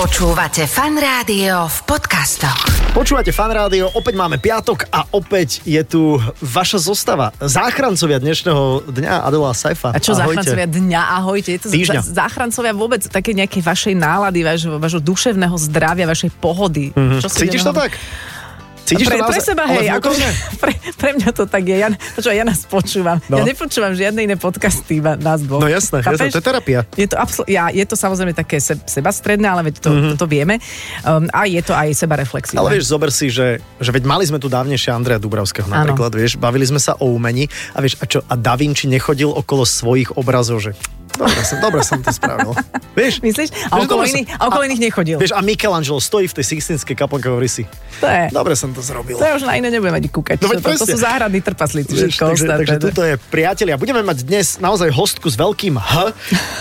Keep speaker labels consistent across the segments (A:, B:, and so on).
A: Počúvate fan rádio v podcastoch.
B: Počúvate fan rádio, opäť máme piatok a opäť je tu vaša zostava. Záchrancovia dnešného dňa Adela Saifa.
C: A čo
B: Ahojte.
C: záchrancovia dňa? Ahojte. Je to
B: Týždňa.
C: za- záchrancovia vôbec také nejakej vašej nálady, vášho, vášho duševného zdravia, vašej pohody. Mm-hmm. Čo
B: Mhm.
C: si
B: Cítiš to
C: ideme
B: tak? Cítiš
C: pre,
B: to
C: pre
B: naozaj?
C: seba,
B: Ale
C: hej, akože- ako,
B: vnútorne?
C: pre, pre mňa to tak je. Ja, počúva, ja nás počúvam.
B: No.
C: No. Ja nepočúvam žiadne iné podcasty, iba nás dvoch.
B: No jasné, jasné,
C: Chápeš?
B: to je terapia.
C: Je to, absol- ja, je to samozrejme také se- sebastredné, ale veď to, mm-hmm. to, to vieme. Um, a je to aj
B: Mhm.
C: sebareflexívne.
B: Ale vieš, zober si, že, že veď mali sme tu dávnejšie Andreja Dubravského
C: Áno.
B: napríklad, vieš, bavili sme sa o umení a vieš, a čo, a Da Vinci nechodil okolo svojich obrazov, že dobre som, dobre som to spravil. Vieš?
C: Myslíš? A
B: Vieš,
C: okolo,
B: dobre som-
C: iných, a okolo iných nechodil.
B: Vieš, a Michelangelo stojí v tej Sixtinskej kaplnke a hovorí si,
C: to je...
B: dobre som to zrobil.
C: To ja už na iné nebudeme ani kúkať.
B: No veď
C: to, to, to
B: presne.
C: sú záhradní trpaslíci,
B: Vieš,
C: všetko
B: takže,
C: ostatné.
D: teda.
C: no.
B: takže tuto je priatelia. Budeme mať dnes naozaj hostku s veľkým H,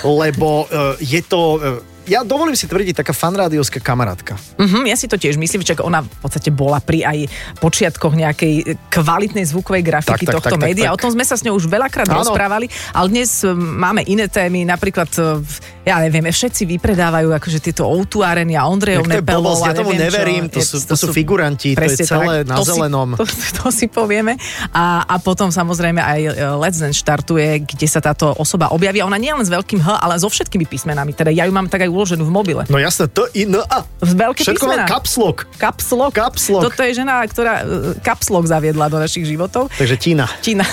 B: lebo uh, je to... Uh, ja dovolím si tvrdiť, taká fanrádiovská kamarátka.
C: Mhm, ja si to tiež myslím, že ona v podstate bola pri aj počiatkoch nejakej e, kvalitnej zvukovej
B: Tak,
C: grafiky
B: tak, tak,
C: tohto
B: tak,
C: média.
B: tak.
C: O tom sme sa s ňou už veľakrát
B: Áno.
C: rozprávali, ale dnes e, máme iné témy, napríklad, e, v- ja neviem, všetci vypredávajú akože tieto outúárenia
B: Jak to
C: Ondrejovné
B: je blbosť, ja tomu
C: neviem čo.
B: neverím, to
C: Je-
B: sú- to sú figuranti, to je
C: presne
B: celé na
C: si-
B: zelenom.
C: to, to si povieme. A, a potom samozrejme aj e, Let's Dance štartuje, kde sa táto osoba objaví. A Ona nie len s veľkým H, ale so všetkými písmenami. Teda ja ju mám tak aj uloženú v mobile.
B: No jasné, to i, no a...
C: Veľké
B: Všetko má
C: písmená.
B: caps lock.
C: Caps lock.
B: Caps lock.
C: Toto je žena, ktorá e, caps lock zaviedla do našich životov.
B: Takže Tína.
C: Čína.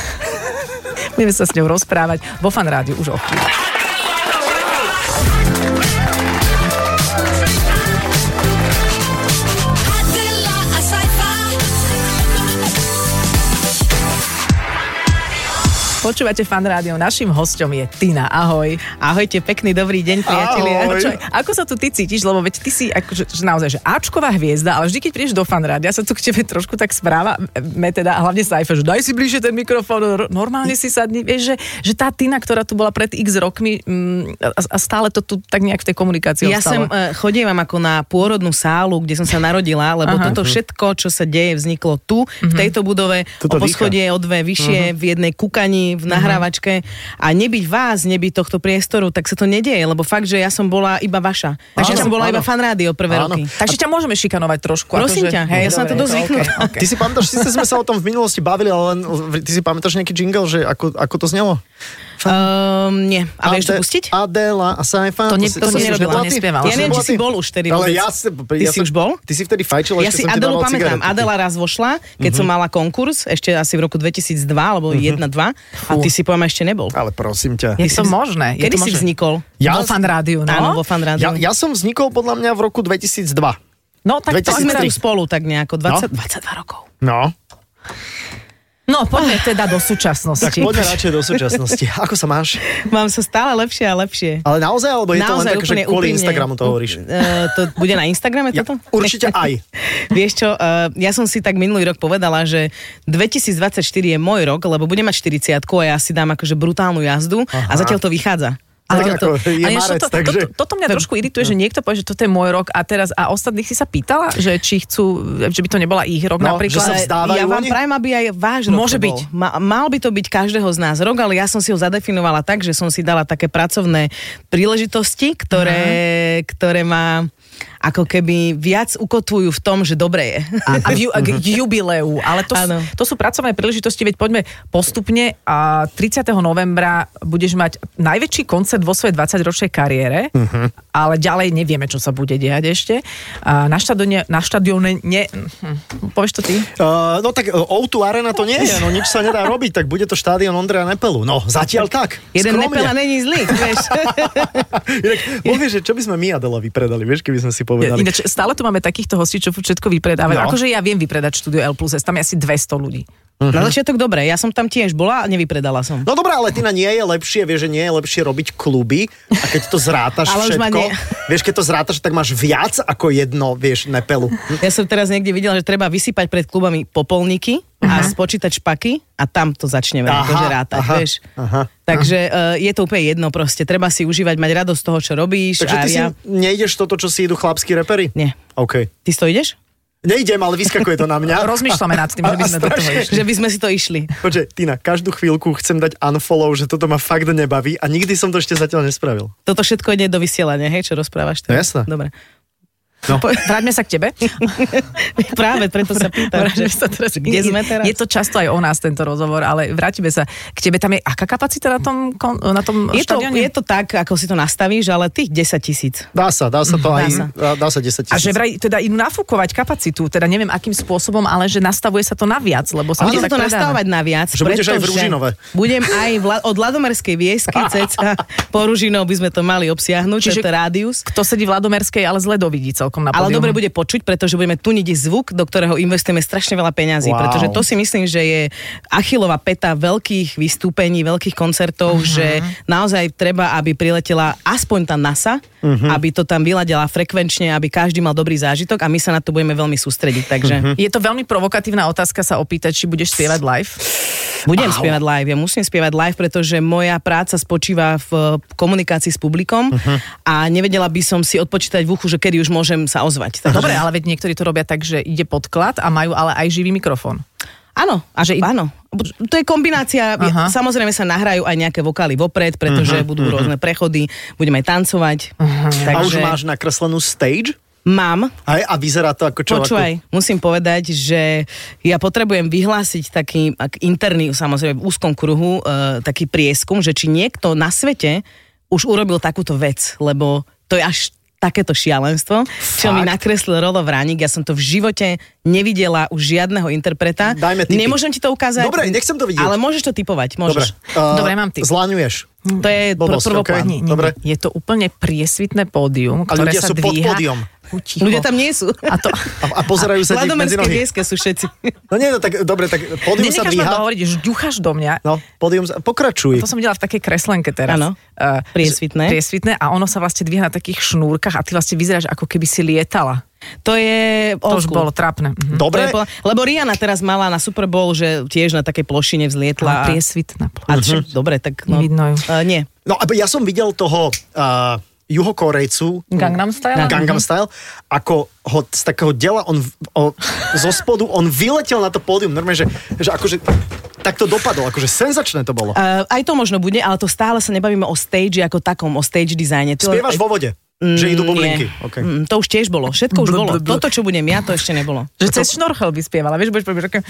C: Budeme sa s ňou rozprávať vo fan rádiu už o chvíľu.
E: Adela, a
C: Počúvate fan rádio, našim hosťom je Tina. Ahoj.
D: Ahojte, pekný dobrý deň, priatelia.
B: Ahoj.
C: Čo, ako sa tu ty cítiš, lebo veď ty si akože, že naozaj že Ačková hviezda, ale vždy, keď prídeš do fan rádia, sa tu k tebe trošku tak správa, me teda, a hlavne Saifa, že daj si bližšie ten mikrofón, ro- normálne si sadni, vieš, že, že tá Tina, ktorá tu bola pred x rokmi mm, a, a stále to tu tak nejak v tej komunikácii
D: Ja
C: ostalo.
D: sem eh, chodievam ako na pôrodnú sálu, kde som sa narodila, lebo
B: Mhm.
C: Aha.
D: Aha. toto všetko, čo sa deje, vzniklo tu, v tejto budove,
B: Tuto
D: o poschodie, o dve
B: Mhm.
D: vyššie, v jednej kukani, v nahrávačke. A nebyť vás, nebyť tohto priestoru, tak sa to nedeje, lebo fakt, že ja som bola iba vaša. Takže
B: Áno,
D: ja som bola
B: áno.
D: iba fan rádio prvé
B: Áno.
D: roky.
C: Takže ťa môžeme šikanovať trošku.
D: Prosím
C: akože,
D: ťa, ja som na to
C: dobre,
D: dosť zvyknutá.
C: okej, okej.
B: Ty si pamätáš, síce sme sa o tom v minulosti bavili, ale len, ty si pamätáš nejaký jingle, že ako, ako to znelo?
D: Um, nie. A vieš to
B: Ade-
D: pustiť?
B: Adela a Saifa.
C: To ne-
B: si-
C: to som
B: si bola
C: nerobila,
B: ty?
C: nespievala.
B: To
C: Ja
B: si
D: neviem,
B: bola
D: či si
B: ty?
D: bol už vtedy
B: Ale
D: vôbec.
B: ja, si-
D: Ty
B: ja
D: si
B: som-
D: už bol?
B: Ty si vtedy fajčila,
D: Ja
B: ešte
D: si
B: som ti
D: Adelu
B: dával
D: pamätám.
B: cigarety. Mhm.
D: Adela raz vošla, keď som mala konkurs, ešte asi v roku 2002 alebo 1-2, a ty si poviem ešte nebol.
B: Ale prosím ťa.
C: Je to možné. Je
D: Kedy
C: to
D: si
C: možné.
D: vznikol?
B: Ja-
C: Vo fan rádiu, no.
D: Áno, vo fan rádiu.
B: Ja, ja som vznikol podľa mňa v roku 2002.
C: no tak
D: To sme
B: 2003.
D: tu spolu tak nejako, 20,
B: No.
D: 22 rokov.
B: No.
C: No poďme teda do súčasnosti.
B: Tak poďme radšej do súčasnosti. Ako sa máš?
D: Mám sa stále lepšie a lepšie.
B: Ale naozaj, alebo je to len
D: Naozaj
B: tak, že
D: úplne
B: kvôli
D: úprimne.
B: Instagramu to hovoríš?
D: Eh, to bude na Instagrame
B: Ja,
D: toto?
B: určite aj.
D: Vieš čo, eh, ja som si tak minulý rok povedala, že 2024 je môj rok, lebo budem mať 40 a ja si dám akože brutálnu jazdu
B: Aha.
D: a zatiaľ to vychádza.
B: Tak
D: Zatiaľ
B: ako, je
C: A vieš,
B: marec,
C: toto,
B: takže...
C: toto, toto mňa trošku irituje, že niekto povie, že toto je môj rok a teraz a ostatných si sa pýtala, že či chcú, že by to nebola ich
B: No,
C: rok
B: že
C: napríklad.
B: sa vzdá- Dávajú
D: ja vám
B: oni?
D: prajem, aby aj váš rok
C: Môže
D: to bol.
C: byť.
D: Ma, mal by to byť každého z nás rok, ale ja som si ho zadefinovala tak, že som si dala také pracovné príležitosti, ktoré, ktoré ma ako keby viac ukotvujú v tom, že dobre je.
C: a, a v, ju, a
B: Mhm.
C: k jubileu. Ale to,
D: Áno.
C: sú, to sú pracovné príležitosti, veď poďme postupne. A 30. novembra budeš mať najväčší koncert vo svojej 20-ročnej kariére, uh-huh.
B: Mhm.
C: ale ďalej nevieme, čo sa bude diať ešte. A na štadióne... Na štadióne ne, hm, povieš to ty?
B: Uh, no tak uh, O2 Arena to nie je, no nič sa nedá robiť, tak bude to štádion Ondreja Nepelu. No, zatiaľ tak.
D: Jeden
B: skromne.
D: nepela není zlý, vieš.
B: Inak, povieš, že čo by sme my Adela vypredali, vieš, keby sme si
C: Ja,
B: povedali.
C: Ináč, stále tu máme takýchto hostí, čo furt všetko vypredávajú.
B: No.
C: No. Akože ja viem vypredať štúdio L plus S, tam je asi 200 ľudí.
D: Na začiatok dobre, ja som tam tiež bola a nevypredala som.
B: No dobrá, ale Tina, nie je lepšie, vieš, že nie je lepšie robiť kluby a keď to zrátaš
D: Ale už ma
B: všetko,
D: nie.
B: vieš, keď to zrátaš, tak máš viac ako jedno, vieš, nepelu.
D: Ja som teraz niekde videla, že treba vysypať pred klubami popolníky a spočítať špaky a tam to začneme
B: Aha,
D: aha, akože rátať,
B: aha,
D: vieš.
B: aha.
D: Aha, Takže uh, je to úplne jedno proste, treba si užívať, mať radosť z toho, čo robíš.
B: Takže
D: a
B: ty si
D: ja...
B: nejdeš toto, čo si idú chlapskí repery?
D: Nie.
B: OK.
D: Ty si to ideš?
B: Nejdem, ale vyskakuje to na mňa.
C: Rozmýšľame nad tým, že by sme do toho išli.
D: Že by sme si to išli.
B: Počkaj, Tina, každú chvíľku chcem dať unfollow, že toto ma fakt nebaví a nikdy som to ešte zatiaľ nespravil.
D: Toto všetko ide do vysielania, hej, čo rozprávaš?
B: No
D: teraz?
B: jasné.
D: Dobre.
B: No.
C: Po- Vráťme sa k tebe.
D: Práve preto sa pýtam, že,
C: Vráťme sa teraz.
D: kde
C: Je-
D: sme teraz.
C: Je to často aj o nás tento rozhovor, ale vrátime sa k tebe. Tam je aká kapacita na tom, kon- na tom
D: je to,
C: štadióne?
D: je to tak, ako si to nastavíš, ale tých 10 tisíc.
B: Dá sa, dá sa to
D: Dá
B: aj,
D: sa.
B: dá dá sa 10 tisíc.
C: A že vraj teda idú nafúkovať kapacitu, teda neviem akým spôsobom, ale že nastavuje sa to naviac, lebo sa
D: Bude
C: to
D: sa
C: tak
D: to
C: predáva.
D: nastavovať na viac.
B: Že budeš aj v Ružinove.
D: Budem aj vla- od Ladomerskej viesky ceca po Ružinov by sme to mali obsiahnuť,
C: Čiže-
D: Čiže... to je rádius.
C: Kto sedí v Ladomerskej, ale zle dovidí celkom na
D: Ale
C: pódium.
D: dobre bude počuť, pretože budeme tuniť zvuk, do ktorého investujeme strašne veľa peňazí,
B: Wow.
D: wow. pretože to si myslím, že je achilová peta veľkých vystúpení, veľkých
B: Mhm.
D: koncertov, uh-huh. že naozaj treba, aby priletela aspoň tá NASA, uh-huh.
B: Mhm.
D: aby to tam vyladila frekvenčne, aby každý mal dobrý zážitok a my sa na to budeme veľmi sústrediť, takže
B: Mhm.
D: uh-huh.
C: Je to veľmi provokatívna otázka sa opýtať, či budeš spievať live.
D: Budem Au. spievať live, ja musím spievať live, pretože moja práca spočíva v e, komunikácii s publikom uh-huh. a nevedela by som si odpočítať v uchu, že kedy už môžem sa ozvať. Takže,
C: Dobre, ale veď niektorí to robia tak, že ide podklad a majú ale aj živý mikrofón.
D: Áno, a že áno. To je kombinácia,
C: Aha.
D: samozrejme sa nahrajú aj nejaké vokály vopred, pretože uh-huh, budú uh-huh. rôzne prechody, budeme aj tancovať.
B: A
D: Uh-huh. Takže
B: už máš nakreslenú stage?
D: mám,
B: A, a vyzerá to ako čo?
D: Počúvaj, musím povedať, že ja potrebujem vyhlásiť taký ak interný, samozrejme v úzkom kruhu, e, taký prieskum, že či niekto na svete už urobil takúto vec, lebo to je až takéto šialenstvo, čo mi nakreslil Rolo Vránik. Ja som to v živote nevidela u žiadneho interpreta.
B: Dajme tipy.
D: Nemôžem ti to ukázať.
B: Dobre, nechcem to vidieť.
D: Ale môžeš to
B: Ako...
D: typovať,
B: Dobre.
D: môžeš.
B: Uh,
C: Dobre, mám tip. Hm.
B: Zláňuješ.
D: To je pr-
B: Blbosť, okej.
D: prvoplán.
C: Nie, nie, nie.
B: Dobre.
C: Je to úplne priesvitné pódium, ktoré
B: ľudia
C: sa
B: sú pod
C: dvíha.
B: pódium.
C: Uticho.
D: Ľudia tam nie sú.
C: A to...
B: A, a pozerajú sa ti medzi
D: Vladomerské
B: nohy.
D: vieske sú všetci.
B: No nie, no tak dobre, tak pódium sa
C: Nenecháš ma
B: dvíha.
C: dohovoriť, žďuchaš do mňa.
B: No, pódium sa... Pokračuj.
C: To som videla v takej kreslenke teraz.
D: Áno.
C: Eh,
D: Priesvitné.
C: že- Priesvitné a ono sa vlastne dvíha na takých šnúrkach a ty vlastne vyzeráš ako keby si lietala.
D: To je
C: To
D: old
C: už
D: school.
C: bolo trapné. Mhm.
D: Dobre.
B: Dobre,
D: Po, lebo Rihanna teraz mala na Super Bowl, že tiež na takej plošine vzlietla.
C: Ale
D: A,
C: priesvitná.
D: a
B: Mhm.
D: čo, dobre, tak no.
C: Nevidno ju.
D: Uh, nie.
B: No a ja som videl toho uh, juhokorejcu Mm-hmm.
C: Gangnam Style?
B: Gangnam Style, ako ho z takého dela, on v- o, zo spodu, on vyletel na to pódium, normálne, že, že akože tak to dopadlo, akože senzačné to bolo.
D: Uh, aj to možno bude, ale to stále sa nebavíme o stage ako takom, o stage dizajne. To- Mm,
B: Spievaš vo vode, že idú bublinky.
D: Nie.
B: Okay.
D: Mm, to už tiež bolo, všetko už
C: Bl,
D: bolo.
C: bl, bl.
D: Toto, čo budem ja, to ešte nebolo.
C: Že cez šnorchel by spievala, vieš, budeš povedať také...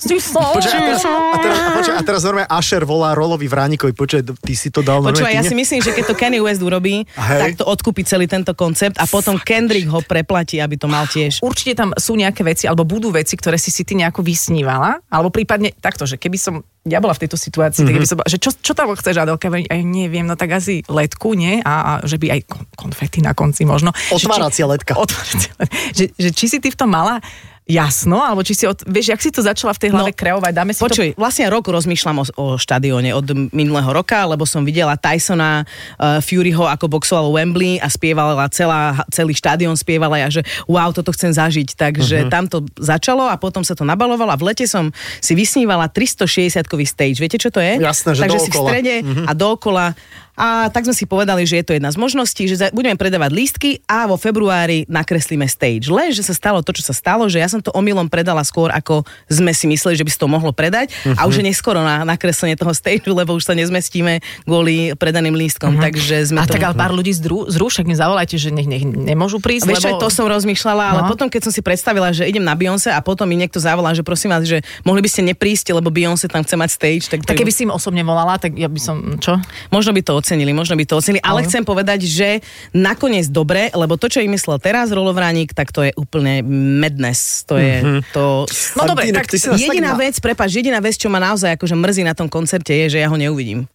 B: Počkaj, a teraz, a teraz, a počkaj, a teraz normálne Asher volá Rolovi Vránikovi, počkaj, ty si to dal normálne.
D: Počúvaj,
B: ty
D: ja
B: ne-
D: si myslím, že keď to Kanye West urobí,
B: Hej.
D: tak to odkúpi celý tento koncept a potom Kendrick ho preplatí, aby to mal tiež.
C: Určite tam sú nejaké veci, alebo budú veci, ktoré si si ty nejako vysnívala, alebo prípadne takto, že keby som ja bola v tejto situácii, mm-hmm. tak by som bola, že čo, čo tam chceš, Adelka? Hovorím, Aj neviem, no tak asi letku, nie? A, a že by aj kon- konfety na konci možno. Že
B: Otváracia
C: či-
B: letka.
C: Otváracia letka. Že, že či si ty v tom mala jasno, alebo či si, od, vieš, jak si to začala v tej hlave
D: No,
C: kreovať, dáme si to...
D: Počuj, vlastne rok rozmýšľam o, o štadióne od minulého roka, lebo som videla Tysona, uh, Furyho, ako boxoval Wembley a spievala celá, celý štadión, spievala ja, že wow, toto chcem zažiť. Takže uh-huh.
B: Mhm.
D: tam to začalo a potom sa to nabalovalo a v lete som si vysnívala 360-kový stage. Viete, čo to je?
B: Jasné, že
D: Takže si v
B: dookola.
D: strede uh-huh. a dookola. A tak sme si povedali, že je to jedna z možností, že za- budeme predávať lístky a vo februári nakreslíme stage. Lenže sa stalo to, čo sa stalo, že ja som to omylom predala skôr, ako sme si mysleli, že by sa to mohlo predať uh-huh.
C: Mhm.
D: a už je neskoro na nakreslenie toho stage, lebo už sa nezmestíme kvôli predaným lístkom. Uh-huh. Takže sme
C: Mhm. A
D: to...
C: tak ale pár ľudí z, dru, z rúšek mi zavolajte, že nech, nech nemôžu prísť,
D: Vieš,
C: lebo...
D: čo, to som rozmýšľala, ale
C: No.
D: potom, keď som si predstavila, že idem na Beyoncé a potom mi niekto zavolá, že prosím vás, že mohli by ste neprísť, lebo Beyoncé tam chce mať stage, tak,
C: Tak keby si im osobne volala, tak ja by som... Čo?
D: Možno by to ocenili, možno by to ocenili, ale
C: Áno.
D: chcem povedať, že nakoniec dobre, lebo to, čo im myslel teraz Rolo Vránik, tak to je úplne madness. To je to...
C: No
B: Ale
C: dobre,
B: inak
C: tak
B: ty si nás tak na-
D: Jediná vec, prepáč, jediná vec, čo ma naozaj akože mrzí na tom koncerte je, že ja ho neuvidím.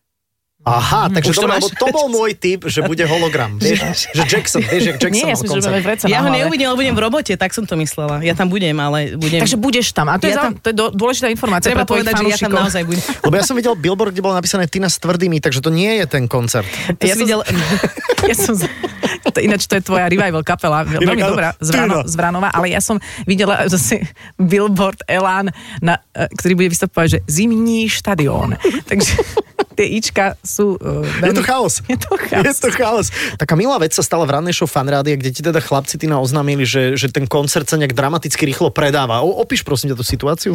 B: Aha, takže
D: Už to
B: to,
D: máš?
B: lebo to bol môj typ, že bude hologram. Vieš, že Jackson, vieš, jak Jackson
C: Nie, ja
B: mal
C: si myslím, že
B: koncert.
C: máme vreca
D: ja
C: na
D: ho
C: hlave.
D: neuvidím, lebo budem v robote, tak som to myslela. Ja tam budem, ale budem...
C: Takže budeš tam. A to, je, za,
D: Ja tam-
C: to je do- dôležitá informácia
D: treba
C: pre tvojich
D: povedať, že ja tam
C: fanúšikov.
D: naozaj budem.
B: Lebo ja som videl billboard, kde bolo napísané Tina s tvrdými, takže to nie je ten koncert.
D: To
C: Ja som-
D: si videl...
C: ja som, z- to, ináč to je tvoja revival kapela, veľ-
B: Inak
C: veľmi
B: áno, no.
C: dobrá, z, Vrano,
B: Tyno.
C: z Vranova, ale ja som videla zase billboard Elán, na, e, ktorý bude vystupovať, že zimní štadión. Takže tie ička sú... Uh,
B: Je to chaos.
C: Je to chaos.
B: Je to chaos. Taká milá vec sa stala v rannej show fanrádia, kde ti teda chlapci Tina oznámili, že, že ten koncert sa nejak dramaticky rýchlo predáva. O, opíš prosím ťa tú situáciu.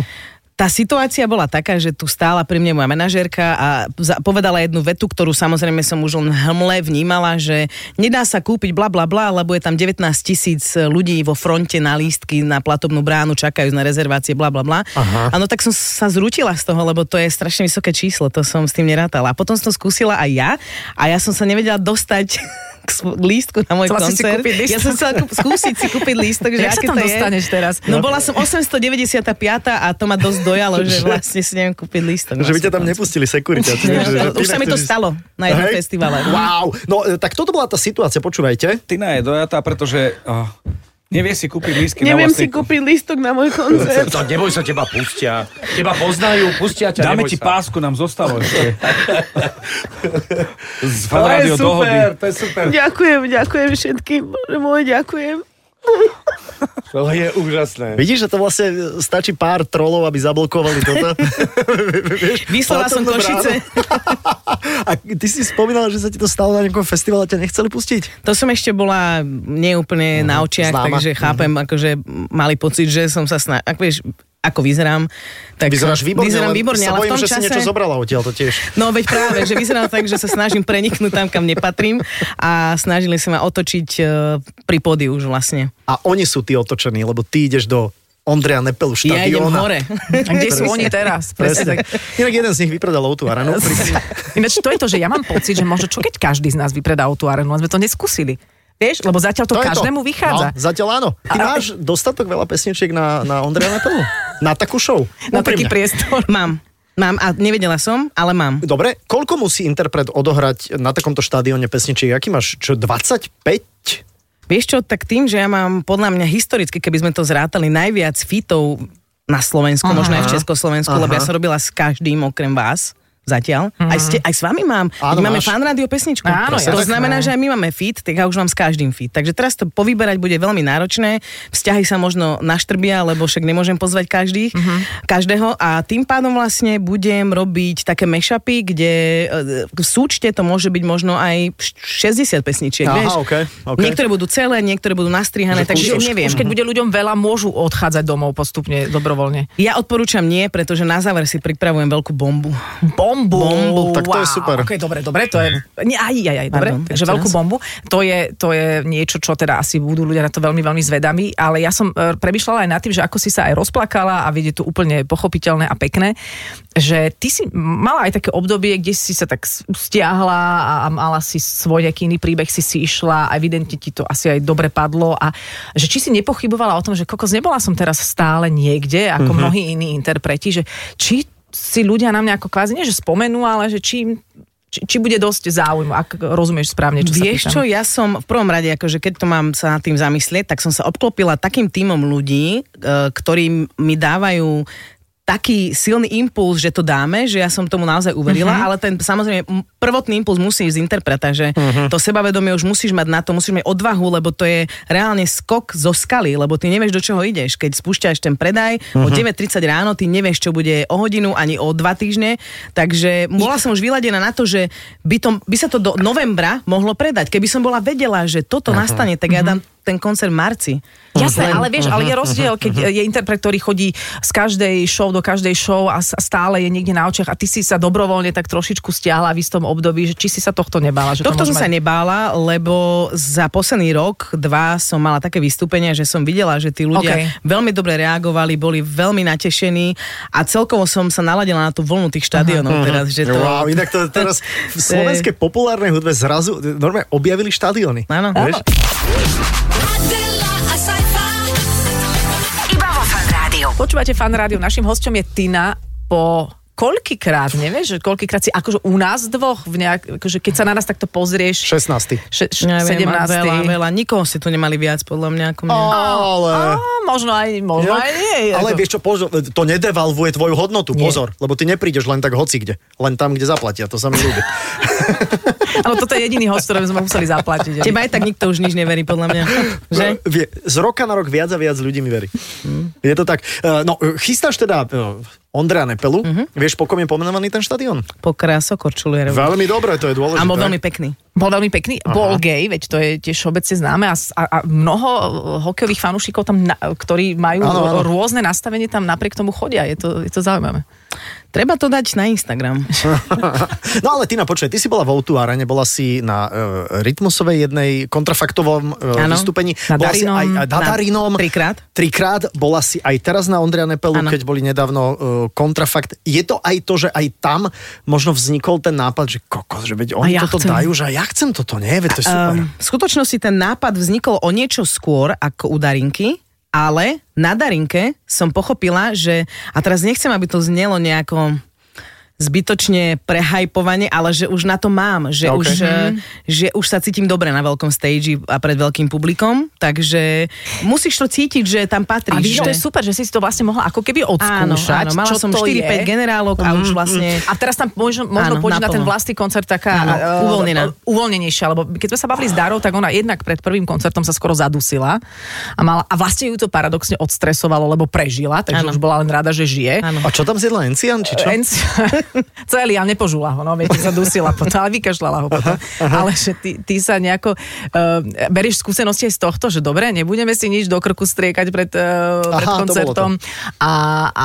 D: tá situácia bola taká, že tu stála pri mne moja manažérka a za- povedala jednu vetu, ktorú samozrejme som už len hmle vnímala, že nedá sa kúpiť bla bla bla, lebo je tam 19 tisíc ľudí vo fronte na lístky, na platobnú bránu, čakajú na rezervácie bla bla bla.
B: Aha.
D: Áno, tak som sa zrútila z toho, lebo to je strašne vysoké číslo, to som s tým nerátala. A potom som to skúsila aj ja a ja som sa nevedela dostať k sv- lístku na môj
C: Chcela si si
D: koncert.
C: kúpiť lístok.
D: ja som chcela kúp- skúsiť si kúpiť lístok, že
C: Jak sa
D: aké
C: tam
D: to
C: dostaneš
D: je.
C: teraz?
D: No bola som 895. a to ma dosť dojalo, že vlastne si neviem kúpiť lístok. vlastne
B: Že by ťa
D: na
B: tam
D: svoj
B: nepustili sekuritáci.
D: koncert.
B: vieš, že- že ty
D: Už sa mi to
B: nechceš ísť.
D: stalo na jednom
B: Hej.
D: festivale.
B: Wow, no e, tak toto bola tá situácia, počúvajte.
E: Tina je dojatá, pretože oh, nevie si kúpiť lístky
D: Neviem
E: na
D: si
E: vlastný...
B: Vlastne-
D: kúpiť lístok na môj koncert.
F: To neboj sa, teba pustia. Teba poznajú, pustia ťa,
E: Dáme
F: neboj
E: ti
F: sa.
E: pásku, nám zostalo ešte. Z
F: To je
E: fanrádio dohody.
F: super, to je super.
D: Ďakujem, ďakujem všetkým. Bože môj, ďakujem.
F: To je úžasné.
B: Vidíš, že to vlastne e, stačí pár trolov, aby zablokovali toto. Vieš,
D: Vyslala som
B: platobnú
D: Košice.
B: bránu. A ty si spomínala, že sa ti to stalo na nejakom festivale a ťa nechceli pustiť.
D: To som ešte bola neúplne na očiach,
B: Mhm, známa.
D: takže chápem, akože mali pocit, že som sa snažil, ak vieš, ako vyzerám. Tak
B: Vyzeráš výborne,
D: vyzerám
B: len
D: výborne
B: sa
D: ale v
B: bojím,
D: tom
B: že
D: čase...
B: si niečo zobrala odtiaľ to tiež.
D: No veď práve, že vyzerá tak, že sa snažím preniknúť tam, kam nepatrím a snažili sa ma otočiť e, pri pódiu už vlastne.
B: A oni sú tí otočení, lebo ty ideš do Ondreja Nepelu
D: Ja idem
B: štadióna.
D: hore.
C: A kde sú oni teraz? Presne.
B: Presne. Inak jeden z nich vypredal tú arenu.
C: Ináč to je to, že ja mám pocit, že možno čo keď každý z nás vypredá o tú arenu, len sme to neskúsili. Vieš, lebo zatiaľ to,
B: je
C: každému vychádza.
B: No, zatiaľ áno. Ty máš dostatok veľa pesničiek na, na Ondreja Nepelu? Na takú show?
C: na taký
B: Úprimne.
C: priestor.
D: Mám. Mám a nevedela som, ale mám.
B: Dobre, koľko musí interpret odohrať na takomto štádione pesničiek? Aký máš? Čo, 25?
D: Vieš čo, tak tým, že ja mám podľa mňa historicky, keby sme to zrátali, najviac fitov na Slovensku, Aha. možno aj v Československu, Aha. lebo ja som robila s každým okrem vás zatiaľ. Aj, ste, aj s vami mám.
B: Áno,
D: my máme
B: máš.
D: fan rádio pesničku.
C: Áno,
D: to
C: jasné.
D: znamená, že aj my máme fit, tak ja už mám s každým fit. Takže teraz to povyberať bude veľmi náročné. Vzťahy sa možno naštrbia, lebo však nemôžem pozvať každých, každého. A tým pádom vlastne budem robiť také mashupy, kde e, v súčte to môže byť možno aj 60 pesničiek.
B: Aha,
D: vieš?
B: okej, okej.
D: Niektoré budú celé, niektoré budú nastrihané,
B: Že
D: takže
B: kúsočky.
D: neviem.
C: Už keď bude ľuďom veľa, môžu odchádzať domov postupne, dobrovoľne.
D: Ja odporúčam nie, pretože na záver si pripravujem veľkú bombu.
C: Bombu.
B: Bombu, tak to je
C: wow.
B: super.
C: Okay, dobre, dobre, to je... Nie, aj, aj, aj, dobre.
D: Pardon,
C: Takže
D: ešte
C: veľkú
D: raz.
C: bombu. To je, to je niečo, čo teda asi budú ľudia na to veľmi, veľmi zvedaví, ale ja som e, premyšľala aj nad tým, že ako si sa aj rozplakala a vidie to úplne pochopiteľné a pekné, že ty si mala aj také obdobie, kde si sa tak s- stiahla a, a mala si svoj nejaký iný príbeh, si si išla a evidentne ti to asi aj dobre padlo a že či si nepochybovala o tom, že kokos, nebola som teraz stále niekde, ako mm-hmm. mnohí iní interpreti, že či si ľudia na mňa ako kvázi, nie že spomenú, ale že či, im- či, či bude dosť záujmu, ak rozumieš správne, čo
D: Vieš
C: sa pýtam.
D: čo, Mhm. ja som v prvom rade, akože keď to mám sa nad tým zamyslieť, tak som sa obklopila takým tímom ľudí, e, ktorí mi dávajú taký silný impuls, že to dáme, že ja som tomu naozaj uverila,
C: Mhm.
D: ale ten samozrejme m- prvotný impuls musí ísť z interpreta, že
C: Mhm.
D: to sebavedomie už musíš mať na to, musíš mať odvahu, lebo to je reálne skok zo skaly, lebo ty nevieš, do čoho ideš. Keď spúšťaš ten predaj o 9.30 ráno, ty nevieš, čo bude o hodinu ani o dva týždne, takže bola som už vyladená na to, že by, to, by sa to do novembra mohlo predať. Keby som bola vedela, že toto nastane, tak ja dám ten koncert v marci.
C: Jasné, ale vieš,
D: Mhm,
C: ale je rozdiel, keď e, je interpret, ktorý chodí z každej show do každej show a s- stále je niekde na očiach a ty si sa dobrovoľne tak trošičku stiahla v istom období, že či si sa tohto nebála. Že
D: Tohto
C: to
D: som sa
C: môžeme-
D: nebála, lebo za posledný rok, dva som mala také vystúpenia, že som videla, že tí ľudia
C: Okej.
D: veľmi dobre reagovali, boli veľmi natešení a celkovo som sa naladila na tú vlnu tých štadionov teraz, že to...
B: Wow, inak to teraz v
D: To je-
B: slovenskej populárnej hudbe zrazu e, normálne objavili štádiony.
D: Áno.
B: Vieš?
G: Adela, a saifa,
A: Iba vo Fan Rádiu.
C: Počúvate fan rádiu, našim hosťom je Tina po koľkýkrát, nevieš, že koľkýkrát si akože u nás dvoch, v nejak, akože keď sa na nás takto pozrieš,
B: 16.
C: še, še,
D: Neviem, 17. veľa,
C: 17.
D: veľa. Nikoho si tu nemali viac, podľa mňa, ako mňa.
B: Ale...
C: Á, možno aj, možno aj nie.
B: ale
C: ako-
B: vieš čo, pozor, to nedevalvuje tvoju hodnotu,
D: Nie.
B: pozor, lebo ty neprídeš len tak hoci kde, len tam, kde zaplatia, to sa mi ľúbi.
C: Ale toto je jediný host, ktorým sme museli zaplatiť.
D: Teba aj tak nikto už nič neverí, podľa mňa. Že? Mhm.
B: E, vie- Z roka na rok viac a viac ľudí mi verí. Je to tak. E, No, e, chystáš teda e, Ondreja
D: Mhm.
B: Nepelu, vieš, po kom je pomenovaný ten štadión?
D: Po kráso korčulierovi.
B: Veľmi dobre, to je dôležité.
D: A bol veľmi pekný.
C: Bol veľmi pekný, Aha. bol gay, veď to je tiež obecne známe a, s- a, a mnoho eh, hokejových fanúšikov tam, na, ktorí majú
B: Áno, áno.
C: ano, ano. rôzne nastavenie, tam napriek tomu chodia, je to, je to zaujímavé.
D: Treba to dať na Instagram.
B: No ale Tina, počkaj, ty si bola v O2 arene, bola si na e, Rytmusovej jednej kontrafaktovom e,
D: Áno.
B: vystúpení.
C: Na
B: bola si
C: Darinom,
B: aj, aj na
D: na-
B: Darinom.
D: trikrát.
B: Trikrát. Bola si aj teraz na Ondreja Nepelu,
D: Áno.
B: keď boli nedávno e, kontrafakt. Je to aj to, že aj tam možno vznikol ten nápad, že kokos, že veď oni
C: ja
B: toto
C: chcem. Ehm.
B: dajú, že aj ja chcem toto, nie? Veď to je super.
D: Um, v skutočnosti ten nápad vznikol o niečo skôr ako u Darinky, ale na Darinke som pochopila, že, a teraz nechcem, aby to znelo nejako zbytočne prehajpovanie, ale že už na to mám, že,
B: Ok.
D: okay. už,
C: Mhm.
D: eh, že už sa cítim dobre na veľkom stage a pred veľkým publikom, takže musíš to cítiť, že tam patríš.
C: A vidíš,
D: že...
C: to je super, že si to vlastne mohla ako keby
D: Áno,
C: odskúšať,
D: áno, mala
C: čo
D: som
C: to je.
D: 4-5
C: Mhm,
D: generálok a už vlastne...
C: A teraz tam možno, možno
D: Áno,
C: pôjde na ten
D: naplno.
C: vlastný koncert taká
D: Áno,
C: eh,
D: uvoľnená.
C: eh, uvoľnenejšia, lebo keď sme sa bavili s Darou, tak ona jednak pred prvým koncertom sa skoro zadusila a, mala, a vlastne ju to paradoxne odstresovalo, lebo prežila, takže
D: Áno.
C: už bola len rada, že žije.
D: Áno.
B: A čo tam zjedla Encian, či čo?
C: Enci- celý, ale nepožula ho, no, viete, sa dusila potom, ale vykašľala ho potom. Ale že ty, ty sa nejako, uh, berieš skúsenosti aj z tohto, že dobre, nebudeme si nič do krku striekať pred, uh, pred
B: Aha, to bolo
C: koncertom. A, a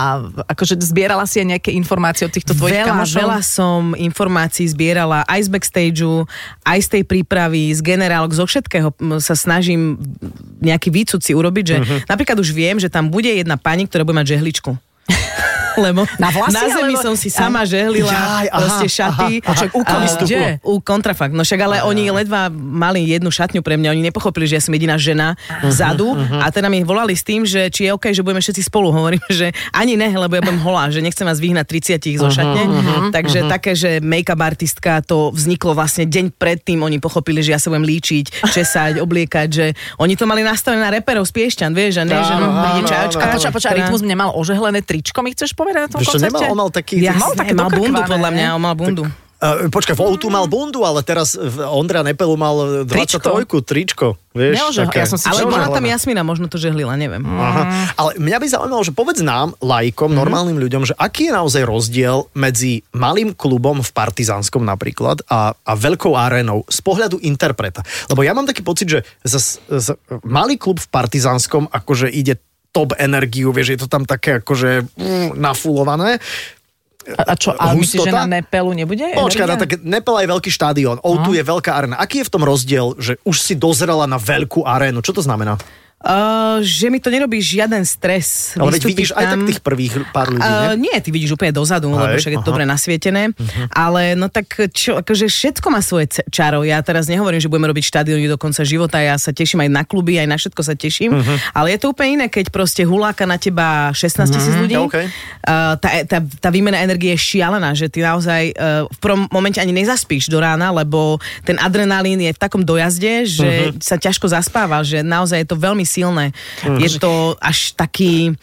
C: akože zbierala si aj nejaké informácie od týchto tvojich
D: veľa,
C: kamošov?
D: veľa som informácií zbierala aj z backstageu, aj z tej prípravy, z generálok, zo všetkého m, sa snažím nejaký výcud si urobiť, že napríklad už viem, že tam bude jedna pani, ktorá bude mať žehličku. Lebo
C: Na vlasy,
D: na zemi
C: alebo-
D: som si sama žehlila
B: Jaj,
D: Jaj,
B: aha,
D: proste šaty.
B: aha, počkaj, u koho
D: A-
B: vystúpila?
D: Kde? U kontrafakt. No však ale oni ledva mali jednu šatňu pre mňa. Oni nepochopili, že ja som jediná žena vzadu a teda mi volali s tým, že či je OK, že budeme všetci spolu. Hovorím, že ani ne, lebo ja budem holá, že nechcem vás vyhnať 30 zo šatne. Takže také, že make-up artistka, to vzniklo vlastne deň predtým. Oni pochopili, že ja sa budem líčiť, česať, obliekať, že oni to mali nastavené na reperov z Piešťan, vieš, a ne, že
B: Áno,
D: príde
B: áno,
D: čačka.
C: A počkaj, počkaj,
D: ktorá-
C: Rytmus nemal ožehlené tričko, mi chceš povedať na tom
B: Vieš čo,
C: koncerte?
B: nemal, on mal taký...
D: Jasné,
C: Mal také
D: mal bundu,
C: dokrkvané,
D: podľa
C: ne?
D: mňa, on mal bundu.
B: Uh, počkaj, v O2 mal bundu, ale teraz v- Ondra Nepelu mal eh, 23,
C: Mm. Tričko.
B: tričko, vieš,
C: Neožehl-
B: také.
C: ja som si
D: Ale
C: Čo
D: bola tam
B: Ožehlené.
D: Jasmina, možno to žehlila, neviem.
B: Aha. Ale mňa by zaujímalo, že povedz nám, lajkom, normálnym ľuďom, že aký je naozaj rozdiel medzi malým klubom v Partizánskom napríklad a, a veľkou arénou z pohľadu interpreta. Lebo ja mám taký pocit, že z, z, malý klub v Partizánskom akože ide top energiu, vieš, je to tam také akože mm, nafulované.
C: A, a čo, a myslíš, že
B: Hustota?
C: na Nepelu nebude?
B: Počkaj,
C: energia?
B: no, tak Nepela je veľký štádion, O2 je veľká arena. Aký je v tom rozdiel, že už si dozrela na veľkú arénu? Čo to znamená?
D: Uh, že mi to nerobí žiaden stres.
B: Ale veď
D: Vystúpiť
B: vidíš aj tak
D: tam.
B: tých prvých pár ľudí,
D: Uh,
B: ne?
D: nie, ty vidíš úplne dozadu, lebo
B: Hej,
D: však je to
B: aha. Mhm.
D: dobre nasvietené. Ale no tak, čo, akože všetko má svoje ce- čaro. Ja teraz nehovorím, že budeme robiť štadióny do konca života, ja sa teším aj na kluby, aj na všetko sa teším.
B: Mhm.
D: Ale je to úplne iné, keď proste huláka na teba 16 tisíc ľudí.
B: Mhm. OK.
D: Uh, tá, tá, tá výmena energie je šialená, že ty naozaj uh, v prvom momente ani nezaspíš do rána, lebo ten adrenalín je v takom dojazde, že sa ťažko zaspáva, že naozaj je to veľmi silné. Je to až taký...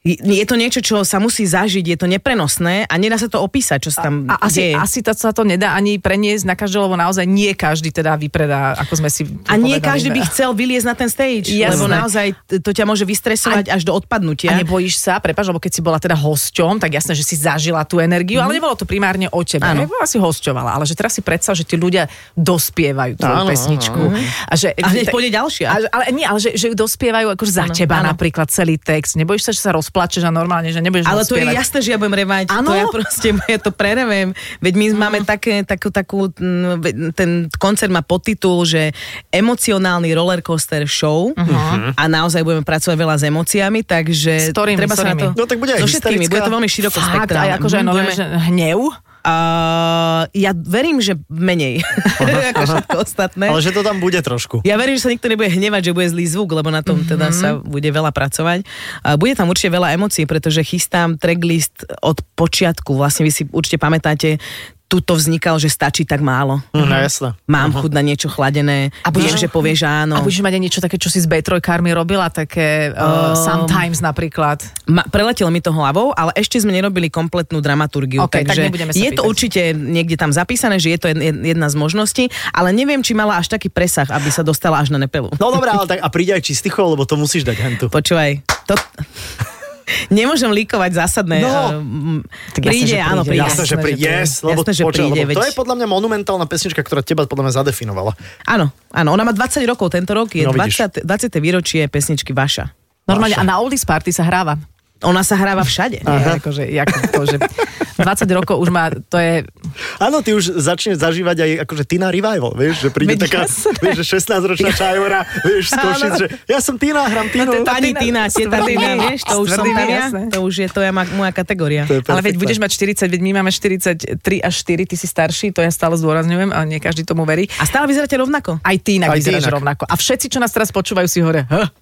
D: Je to niečo, čo sa musí zažiť, je to neprenosné a nedá sa to opísať, čo sa tam
C: A asi,
D: deje.
C: asi to, sa to nedá ani preniesť na každého, lebo naozaj nie každý teda vypredá, ako sme si
D: a nie
C: povedali.
D: každý by chcel vyliezť na ten stage,
C: Jasné.
D: lebo naozaj t- to ťa môže vystresovať až do
C: A
D: odpadnutia.
C: nebojíš sa, prepáč, lebo keď si bola teda hosťom, tak jasné, že si zažila tú energiu, mm. ale nebolo to primárne o tebe.
D: Mhm. Áno.
C: Áno. Bola si hosťovala, ale že teraz si predstav, že tí ľudia dospievajú tvoju
B: Áno,
C: pesničku. A, že,
D: A hneď pôjde ďalšia.
C: A, ale nie, ale že, že ju dospievajú akože za
D: Áno,
C: teba
D: áno.
C: napríklad celý text. Nebojíš sa, že sa rozplačeš a normálne, že nebudeš
D: Ale to je
C: rozpievať.
D: jasné, že ja budem revať.
C: Áno.
D: To ja proste ja to prerevem. Veď my máme také, takú, takú, mm, ve- ten koncert má podtitul, že emocionálny rollercoaster show Mhm. a naozaj budeme pracovať veľa s emóciami, takže
C: S ktorými,
D: treba
C: s ktorými?
D: sa na to...
B: No tak bude aj
D: so všetkými,
B: hysterická.
D: bude to veľmi široko
C: Fakt, aj
D: spektrálne.
C: akože aj
D: Mhm,
C: nové,
D: budeme-
C: že hnev.
D: Uh, ja verím, že menej. Ako všetko ostatné.
B: Ale že to tam bude trošku.
D: Ja verím, že sa nikto nebude hnevať, že bude zlý zvuk, lebo na
C: Mhm.
D: tom teda sa bude veľa pracovať. A Bude tam určite veľa emócií, pretože chystám tracklist od počiatku. Vlastne vy si určite pamätáte, tuto vznikal, že stačí tak málo.
B: No jasné.
D: Mám chuť na niečo chladené. A budeš, že povieš
C: A
D: áno.
C: budeš mať aj niečo také, čo si s B3-kármi robila, také uh, sometimes napríklad.
D: Ma, preletelo mi to hlavou, ale ešte sme nerobili kompletnú dramaturgiu.
C: Ok, tak
D: takže
C: nebudeme sa
D: je to
C: pýtať.
D: určite niekde tam zapísané, že je to jed- jedna z možností, ale neviem, či mala až taký presah, aby sa dostala až na nepelu.
B: No dobrá, ale tak a príde aj čistichov, lebo to musíš dať hentu.
D: Počúvaj, to... Nemôžem líkovať zásadné.
B: No.
D: ehm,
C: Tak jasné,
D: príde,
C: že
D: áno,
C: príde.
D: príde.
B: Jasné, že príde. Yes, lebo,
D: Jasné, že
B: počkaj,
D: príde,
B: lebo to
D: veď.
B: je podľa mňa monumentálna pesnička, ktorá teba podľa mňa zadefinovala.
D: Áno, áno, ona má 20 rokov tento rok, je
B: No,
D: no,
B: vidíš.
D: 20, 20. výročie pesničky Vaša.
C: Normálne, a na Oldies Party sa hráva.
D: Ona sa hráva všade.
C: Aha. Akože, ako to, že 20 rokov už má, to je...
B: Áno, ty už začneš zažívať aj akože Tina Revival, vieš, že príde
C: Veď
B: taká,
C: jasné.
B: vieš, že 16-ročná čajora, vieš, z Košic, že ja som Tina,
D: No,
B: hrám Tinu.
C: to je
D: Pani
C: Tina-
D: Tina, tieta
C: Stvrdý
D: Tina,
C: vek,
D: vieš, to už som
C: stvrdý
D: tam
C: vek,
D: ja.
C: jasné.
D: To už je, to je ma- moja kategória.
B: To je
C: Ale veď
B: perfektné.
C: budeš mať 40, veď my máme 43 až 4, ty si starší, to ja stále zdôrazňujem, ale nie každý tomu verí.
D: A stále vyzeráte rovnako.
C: Aj ty
B: Aj
C: inak
B: ty
C: vyzeráš
B: inak.
C: rovnako. A všetci, čo nás teraz počúvajú, si hore, "H?"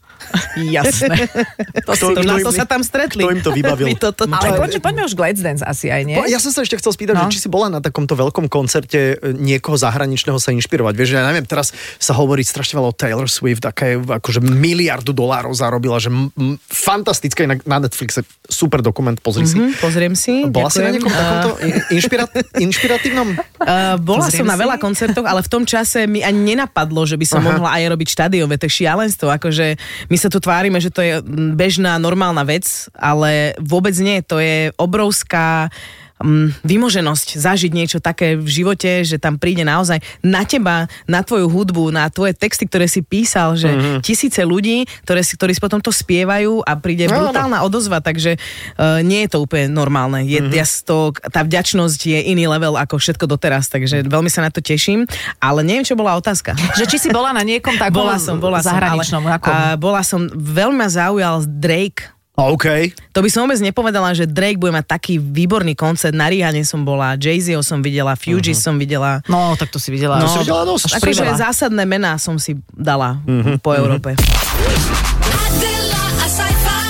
C: Jasné. to si...
D: To,
B: Kto im-
D: na to sa tam stretli.
B: kto im to vybavil?
D: My toto,
C: Ale
D: ale,
C: poď, poďme už k Let's Dance asi aj, nie?
B: Po- Ja som sa ešte chcel spýtať, no.
C: No.
B: že či si bola na takomto veľkom koncerte e, niekoho zahraničného sa inšpirovať. Vieš, že ja neviem, teraz sa hovorí strašne veľa o Taylor Swift, aká je akože miliardu dolárov zarobila, že m- m- fantastická, inak na Netflixe super dokument, pozri mm-hmm. si.
C: Mhm.
D: hm, pozriem si.
B: Bola si na
D: ďakujem. Eh,
B: nejakom takomto in- inšpira- inšpiratívnom?
D: Uh, bola
C: Pozriem
D: som na
C: si.
D: veľa koncertoch, ale v tom čase mi ani nenapadlo, že by som Aha. mohla aj robiť štadiové, to je šialenstvo. Akože my sa tu tvárime, že to je mm, bežná, normálna vec, ale vôbec nie. To je obrovská um, vymoženosť zažiť niečo také v živote, že tam príde naozaj na teba, na tvoju hudbu, na tvoje texty, ktoré si písal, že mm-hmm. tisíce ľudí, ktoré si, ktorí si potom to spievajú a príde
B: Áno.
D: brutálna odozva, takže uh, nie je to úplne normálne. Je, mm-hmm. ja s to, tá vďačnosť je iný level ako všetko doteraz, takže veľmi sa na to teším, ale neviem, čo bola otázka.
C: Že či si bola na niekom takom
D: Bola som, bola
C: zahraničnom,
D: som, ale,
C: akom?
D: a bola som, veľmi ma zaujal Drake.
B: OK.
D: To by som vôbec nepovedala, že Drake bude mať taký výborný koncert. Na Rihane som bola, Jay-Zho som videla, Fuji uh-huh. som videla.
C: No, tak to si videla.
B: No, si videla dosť.
C: Až
D: Akože
C: priveľa.
D: zásadné mená som si dala uh-huh. po Európe. Uh-huh.
G: Adela, a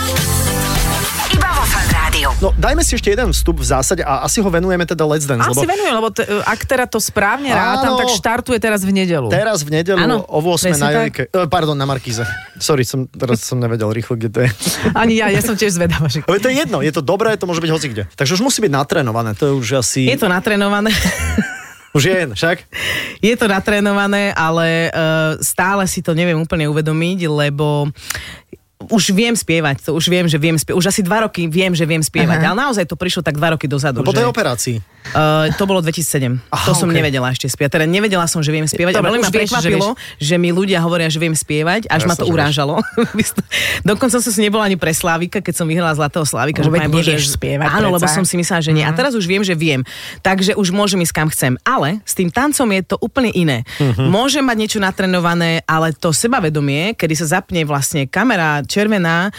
G: sci-fi.
A: Iba vo fan rádiu.
B: No dajme si ešte jeden vstup v zásade a asi ho venujeme teda Let's Dance,
C: Asi
B: lebo
C: venujem, lebo t- ak teda to správne
B: Áno.
C: rátam, tak štartuje teraz v nedelu.
B: teraz v nedelu
D: Áno,
B: o 8
D: presne
B: na
D: tak.
B: Jojke, e, pardon, na Markíze. Sorry, som, teraz som nevedel rýchlo, kde to je.
C: Ani ja, ja som tiež zvedavá, že
B: Ale to je jedno, je to dobré, to môže byť hocikde. Takže už musí byť natrénované, to je už asi...
D: Je to natrénované.
B: Už je, však?
D: Je to natrénované, ale uh, stále si to neviem úplne uvedomiť, lebo už viem spievať, to už viem, že viem spievať. Už asi dva roky viem, že viem spievať,
C: Aha.
D: ale naozaj to prišlo tak dva roky
B: No
D: dozadu.
B: Po tej
D: že,
B: operácii.
D: Uh, to bolo 2007.
B: Aha,
D: Aha, to som
B: ok.
D: okay. nevedela ešte spievať. Teda nevedela som, že viem spievať.
C: Dobre,
D: Dobre, ale
C: už
D: ma
C: vieš,
D: prekvapilo, že, mi ľudia hovoria, že viem spievať,
B: Jasné,
D: až ma to
B: že vieš.
D: urážalo. Dokonca som si nebola ani pre Slávika, keď som vyhrala Zlatého Slávika.
C: No
D: že
C: veď
D: Pane Bože,
C: nevieš spievať
D: Áno, lebo
C: predsa. Mhm.
D: som si myslela, že nie. A teraz už viem, že viem. Takže už môžem ísť kam chcem. Ale s tým tancom je to úplne iné.
C: Mhm.
D: Môžem mať niečo natrenované, ale to sebavedomie, kedy sa zapne vlastne kamera červená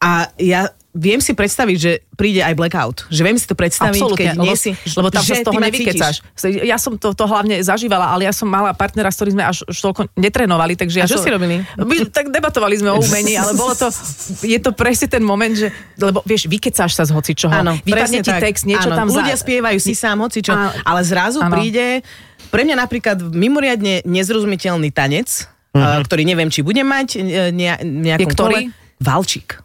D: a ja viem si predstaviť, že príde aj blackout. Že viem si to predstaviť, keď
C: Absolútne,
D: nie
C: lebo-
D: si...
C: Lebo tam sa
D: že
C: z toho
D: ty ma
C: nevykecáš.
D: cítiš.
C: Ja som to, to hlavne zažívala, ale ja som mala partnera, s ktorým sme až už toľko netrenovali. Takže
D: A
C: ja
D: čo
C: som-
D: si robili?
C: My, tak debatovali sme o umení, ale bolo to, je to presne ten moment, že, lebo vieš, vykecáš sa z hocičoho.
D: Áno,
C: Vypadne
D: presne
C: ti
D: tak.
C: text, niečo
D: áno.
C: tam
D: Ľudia
C: za...
D: spievajú si sám hocičo,
C: Áno.
D: ale zrazu
C: Áno.
D: príde pre mňa napríklad mimoriadne nezrozumiteľný tanec, mm ktorý neviem, či budem mať e, ne,
C: Je
D: nejakom
C: ktorý?
D: kole. Valčík.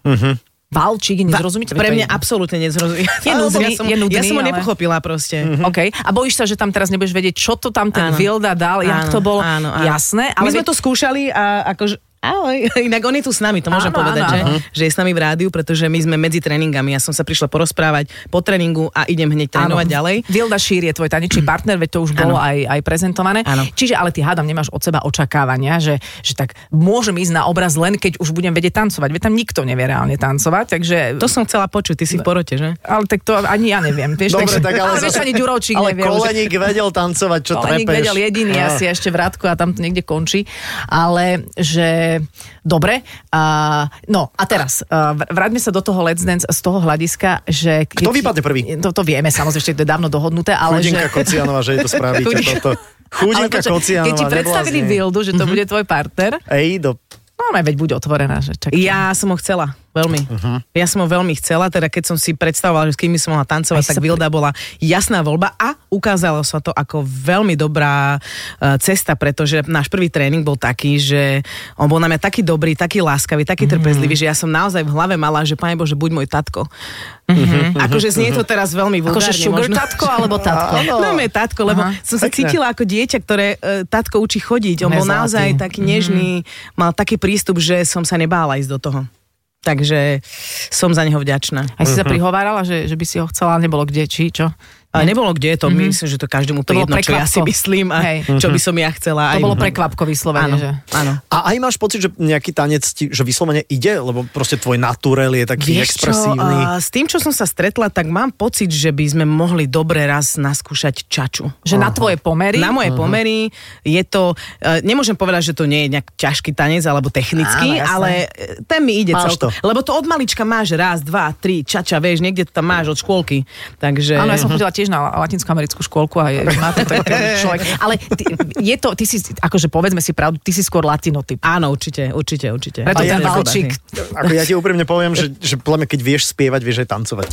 C: Valčík,
D: Va-
C: nezrozumiteľný.
D: Pre
C: to je-
D: mňa absolútne nezrozumiteľný.
C: Je
D: Alebo
C: nudný,
D: ja som,
C: je nudný,
D: ja som ho
C: ale-
D: nepochopila proste.
C: OK. A bojíš sa, že tam teraz nebudeš vedieť, čo to tam ten
D: Áno.
C: Vilda dal, jak
D: Áno,
C: to bolo.
D: áno, áno.
C: Jasné, ale
D: My sme
C: veď-
D: to skúšali a akože Ahoj. Inak on je tu s nami, to môžem
C: Áno,
D: povedať,
C: áno,
D: že,
C: áno.
D: že je s nami v rádiu, pretože my sme medzi tréningami. Ja som sa prišla porozprávať po tréningu a idem hneď trénovať
C: Áno.
D: ďalej.
C: Vilda Šír je tvoj tanečný partner, veď to už bolo aj, aj prezentované.
D: Áno.
C: Čiže ale ty hádam, nemáš od seba očakávania, že, že tak môžem ísť na obraz len keď už budem vedieť tancovať. Veď tam nikto nevie reálne tancovať, takže...
D: To som chcela počuť, ty si v porote, že?
C: Ale tak to ani ja neviem. Vieš,
B: Dobre,
C: takže,
B: tak ale...
C: vieš,
B: zase-
C: ani Ďurovčík
B: ale
C: nevie. už-
B: Koleník vedel tancovať, čo trepeš.
C: Koleník vedel jediný
B: No.
C: asi ešte v rádku a tam to niekde končí. Ale že... Dobre. A, no a teraz, a vr- vráťme sa do toho Let's Dance z toho hľadiska, že... keď-
B: Kto vypadne prvý?
C: To, to vieme, samozrejme, ešte to je dávno dohnuté, ale
B: Chudinka
C: že...
B: Kocianova, že je to spravíte
C: Chudinka-
B: toto. Chudinka
C: Ale počkaj,
B: Kocianova,
C: Keď ti predstavili
B: neblázni. Mhm.
C: Vildu, že to bude tvoj partner,
B: Ej, do...
C: no ne, veď buď otvorená, že čak.
D: Ja som ho chcela, veľmi. Uh-huh. Ja som ho veľmi chcela, teda keď som si predstavovala, že s kým by som mohla tancovať,
C: Aj sa
D: tak Vilda bola jasná voľba a ukázalo sa to ako veľmi dobrá eh, cesta, pretože náš prvý tréning bol taký, že on bol na mňa taký dobrý, taký láskavý, taký
C: Mhm.
D: trpezlivý, že ja som naozaj v hlave mala, že Pane Bože, buď môj tatko. Uh-huh. Akože znie to teraz veľmi vulgárne.
C: Mhm. Akože sugar
D: možno.
C: tatko alebo tatko?
D: Áno. No, je tatko, lebo
C: Aha.
D: Aha, som sa
B: Pekné.
D: cítila ako dieťa, ktoré e, tatko učí chodiť. On
C: Ne,
D: bol
C: zlatý.
D: naozaj taký nežný, mal taký prístup, že som sa nebála ísť do toho. Takže som za neho vďačná.
C: Aj si sa
B: Mhm.
C: prihovárala, že, že by si ho chcela, nebolo kde, či čo?
D: Ale nebolo kde, to mm-hmm. myslím, že to každému
C: Mhm. To
D: to
C: bolo
D: jedno, čo ja
C: prekvapko.
D: si myslím
C: Hej. Mhm.
D: a čo by som ja chcela.
C: To
D: aj- Mhm.
C: bolo prekvapko vyslovene,
D: Áno,
C: že?
D: áno.
B: A aj máš pocit, že nejaký tanec ti, že vyslovene ide, lebo proste tvoj naturel je taký expresívny.
D: Čo, a s tým, čo som sa stretla, tak mám pocit, že by sme mohli dobre raz naskúšať čaču.
C: Že na tvoje pomery?
B: Mhm.
D: Na moje pomery je to, e, nemôžem povedať, že to nie je nejak ťažký tanec alebo
C: Áno,
D: technický,
C: jasné.
D: ale e, ten mi ide
B: Máš
D: celkom.
B: to.
D: Lebo to od malička máš raz, dva, tri, čača, vieš, niekde to tam máš od škôlky. Takže...
C: Áno, ja som chodila tiež na latinskoamerickú škôlku a je, má to taký človek. Ale ty, je to, ty si, akože povedzme si pravdu, ty si skôr latinotyp.
D: Áno, určite, určite, určite.
C: Preto
D: A
C: ten
D: ja som
C: valčík.
D: taký.
B: Ako ja ti úprimne poviem, že, že podľa mňa, keď vieš spievať, vieš aj tancovať.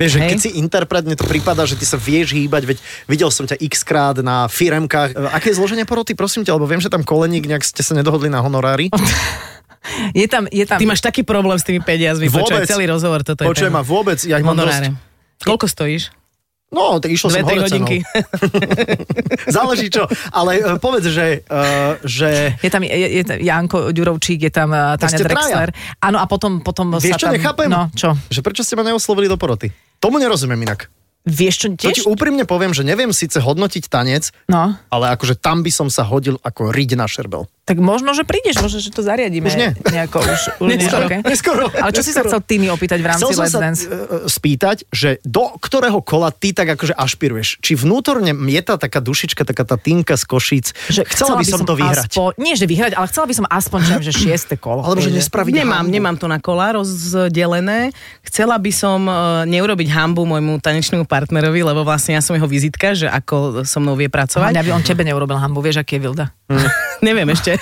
B: Vieš, že
D: Hej.
B: keď si interpret, mne to prípada, že ty sa vieš hýbať, veď videl som ťa x krát na firemkách. E, Aké je zloženie poroty, prosím ťa, lebo viem, že tam koleník, nejak ste sa nedohodli na honorári.
C: Je tam, je tam...
D: Ty máš taký problém s tými peniazmi, počúvaj, celý rozhovor toto je.
B: Počujem ma
D: téma.
B: vôbec, ja ich mám
D: Honoráre.
B: dosť.
D: Koľko stojíš?
B: No, tak išlo
D: Dve,
B: som
D: tri
B: hore cenou.
D: hodinky.
B: Záleží čo, ale e, povedz, že, uh, že
C: Je tam, je, je tam Janko Ďurovčík, je tam uh, Tania
B: ste traja.
C: Drexler. Áno, a potom, potom
B: vieš
C: sa
B: čo,
C: tam...
B: nechápem?
C: No, čo?
B: Že prečo ste ma neoslovili do poroty? Tomu nerozumiem inak.
C: Vieš čo,
B: To ti
C: tiež?
B: úprimne poviem, že neviem síce hodnotiť tanec,
C: No,
B: ale akože tam by som sa hodil ako riť na šerbel.
C: tak možno, že prídeš, možno, že to zariadíme.
B: Už nie.
C: Nejako, už, už nie,
B: Neskoro,
C: okay.
B: neskoro,
C: Ale čo si sa
B: neskoro.
C: chcel tými opýtať v rámci
B: Chcel som
C: Let's
B: sa
C: Dance?
B: e, e, spýtať, že do ktorého kola ty tak akože ašpiruješ? Či vnútorne je tá taká dušička, taká tá tinka z košíc? Že chcela, by som, to vyhrať.
C: Aspoň, nie, že vyhrať, ale chcela by som aspoň, čo ja viem, že šieste kolo.
B: Alebo že
C: Vieš,
B: nespraviť
D: Nemám,
B: hambu.
D: nemám to na kola rozdelené. Chcela by som e, neurobiť hambu môjmu tanečnému partnerovi, lebo vlastne ja som jeho vizitka, že ako so mnou vie pracovať.
C: Hlavne, aby on tebe neurobil hambu, vieš, aký je Vilda.
D: Neviem ešte,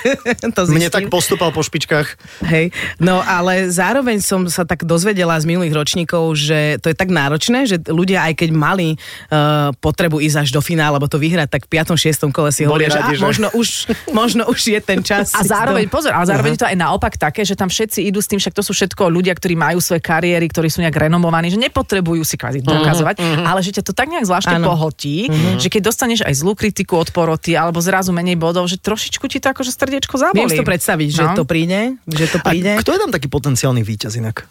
D: to zistím.
B: Mne tak postupal po špičkách.
D: Hej, no ale zároveň som sa tak dozvedela z minulých ročníkov, že to je tak náročné, že ľudia aj keď mali uh, potrebu ísť až do finále, alebo to vyhrať, tak v 5. 6. kole si
B: Boli
D: hovoria, že,
B: radi,
D: a,
B: že-
D: možno, už, možno už je ten čas.
C: A zároveň,
B: no.
C: pozor, ale zároveň je to aj naopak také, že tam všetci idú s tým, však to sú všetko ľudia, ktorí majú svoje kariéry, ktorí sú nejak renomovaní, že nepotrebujú si
B: Mhm,
C: kvázi dokazovať, ale že ťa to tak nejak zvláštne
D: Áno.
C: pohotí, že keď dostaneš aj zlú kritiku od poroty alebo zrazu menej bodov, že trošičku ti to akože srdiečko zabolí.
D: Viem si to predstaviť, že
C: No.
D: to príde, že to
B: A
D: príde.
B: kto je tam taký potenciálny víťaz inak?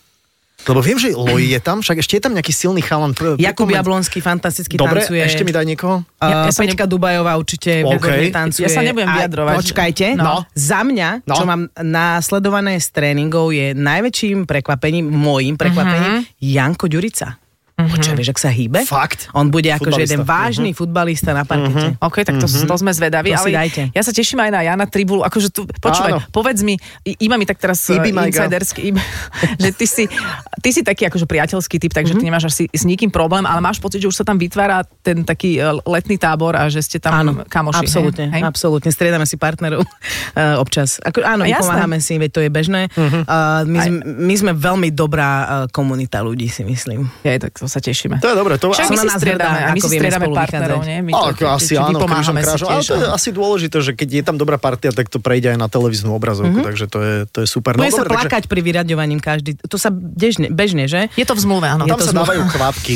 B: Lebo viem, že Loj je tam, však ešte je tam nejaký silný chalan. P-
D: Jakub
B: prikoment-
D: Jablonský fantasticky
B: Dobre,
D: tancuje.
B: ešte mi daj niekoho.
D: Ja,
C: Ja- ja
D: ja
C: sa
D: Peťka Dubajová určite
B: OK.
D: okay. tancuje.
C: Ja sa nebudem
D: A
C: vyjadrovať.
D: Počkajte,
C: No.
D: no. za mňa,
B: No.
D: no. čo mám následované z tréningov, je najväčším prekvapením, môjim
C: Mhm.
D: prekvapením, uh-huh. Janko Ďurica. Uh-huh. Počkaj, vieš, ak sa hýbe?
B: Fakt?
D: On bude
B: Futbalista.
D: akože
B: Mhm.
D: jeden vážny uh-huh. futbalista na parkete. Uh-huh.
C: OK, tak to, mm-hmm. to sme zvedaví,
D: To
C: ale
D: si dajte.
C: ja sa teším aj na Jana Tribulu, akože tu, počúvaj,
B: Áno.
C: povedz mi, i- iba mi tak teraz eh,
B: Ibi,
C: Ibi
B: my girl.
C: insidersky, iba, že ty si, ty si taký akože priateľský typ, takže mm-hmm.
D: Mhm.
C: ty nemáš asi s nikým problém, ale máš pocit, že už sa tam vytvára ten taký e, letný tábor a že ste tam
D: Áno,
C: kamoši.
D: absolútne,
C: hej? Hej?
D: absolútne. Striedame si partnerov eh, občas. Ako,
C: A
D: áno,
C: jasné.
D: pomáhame si, veď to je bežné.
B: Mhm.
D: Uh-huh. Uh, my, sme, my sme veľmi dobrá eh, komunita ľudí, si myslím.
C: Hej, tak to sa tešíme.
B: To je dobré, to
C: Však my
D: Som na
C: si
D: nás
C: striedame,
D: hrdá,
C: a my
D: ako
C: si
D: vieme
C: striedame
D: spolu
C: partnerov,
D: vychádzať.
C: nie? My
B: Ako asi
C: či- či
B: áno, krížom
C: vypomáhame si
B: krážom. Ale
C: tiež, no.
B: to je
C: áno.
B: asi dôležité, že keď je tam dobrá partia, tak to prejde aj na televíznu obrazovku,
C: Mhm.
B: mm-hmm. takže to je, to je super.
D: Bude sa
B: No, dobre, takže
D: plakať pri vyraďovaním každý. To sa bežne, bežne že?
C: Je to v zmluve, áno.
D: Je
B: Tam
D: to
B: sa
D: zmluva.
B: dávajú kvapky.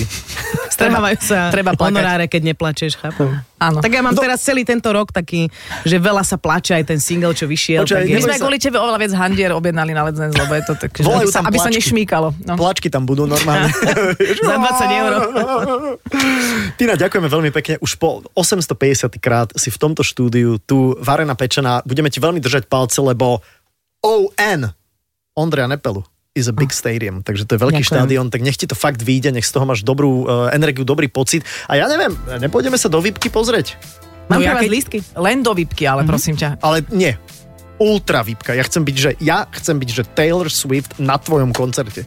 D: Stremávajú
C: treba
D: sa treba
C: plakať.
D: honoráre, keď neplačeš, chápem.
C: Áno.
D: Tak ja mám
B: No-
D: teraz celý tento rok taký, že veľa sa plače, aj ten single, čo vyšiel.
B: Počkaj,
C: My
D: tak je...
B: neboj
C: sme aj
B: sa-
C: kvôli tebe oveľa viac handier objednali na Let's Dance, lebo je to tak, že
B: Volajú
C: aby, sa,
B: tam
C: aby sa
B: plačky.
C: nešmíkalo. No.
B: Plačky tam budú normálne.
D: Za
B: no.
D: 20 eur.
B: Tina, ďakujeme veľmi pekne. Už po 850 krát si v tomto štúdiu tu Varena Pečená. Budeme ti veľmi držať palce, lebo ON Ondreja Nepelu is a big
C: Ah.
B: stadium, takže to je veľký
D: Ďakujem.
B: štádion, tak nech ti to fakt vyjde, nech z toho máš dobrú uh, energiu, dobrý pocit. A ja neviem, nepôjdeme sa do výpky pozrieť.
D: Mám
C: No ja
D: pre vás
C: keď-
D: lístky.
C: Len do výpky,
D: Mhm.
C: ale prosím ťa.
B: Ale nie. Ultra výpka. Ja chcem byť, že ja chcem byť, že Taylor Swift na tvojom koncerte.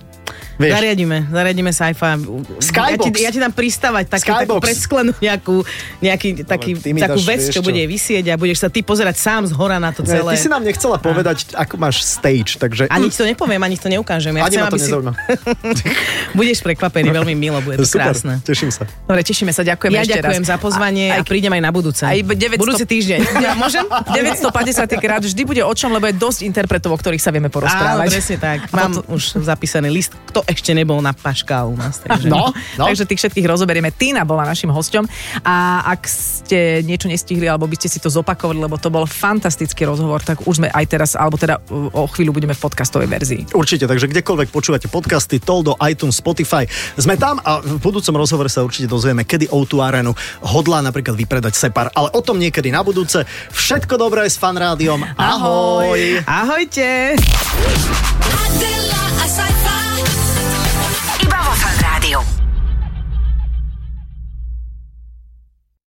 B: Vieš,
D: Zariadíme, zariadíme Saifa. Ja
B: Skybox.
D: ti, ja ti tam pristávať taký, takú
B: Skybox. No,
D: predsklenú nejakú, nejaký, taký,
B: ty mi
D: takú
B: dáš,
D: vec,
B: vieš čo.
D: čo, bude vysieť a budeš sa ty pozerať sám z hora na to
B: celé...
D: celé.
B: ty si nám nechcela povedať, ako máš stage, takže... Mm,
D: Ani ti to nepoviem, ani ti to neukážem. Ja
B: Ani
D: chcem,
B: ma to
D: aby si...
B: nezaujíma.
D: Budeš prekvapený, veľmi milo, bude to
B: Super,
D: krásne.
B: teším sa.
C: Dobre, tešíme sa, ďakujem
D: Ja
C: ešte
D: ďakujem
C: raz.
D: za pozvanie a,
C: A- aj-
D: a prídem aj na budúce.
C: aj 900
D: Budúci týždeň. Ja môžem?
C: 950 krát vždy bude o čom, lebo je dosť interpretov, o ktorých sa vieme
D: Áno,
C: porozprávať.
D: presne tak. Mám už zapísaný list, kto ešte nebol na Paška u nás. Takže.
B: No, no.
C: Takže tých všetkých rozoberieme. Týna bola našim hosťom a ak ste niečo nestihli alebo by ste si to zopakovali, lebo to bol fantastický rozhovor, tak už sme aj teraz, alebo teda uh, o chvíľu budeme v podcastovej verzii.
B: Určite, takže kdekoľvek počúvate podcasty, Toldo, iTunes, Spotify, sme tam a v budúcom rozhovore sa určite dozvieme, kedy O2 Arenu hodlá napríklad vypredať Separ, ale o tom niekedy na budúce. Všetko dobré s Fan Rádiom. Ahoj! Ahoj.
D: Ahojte!
G: Adela, a sci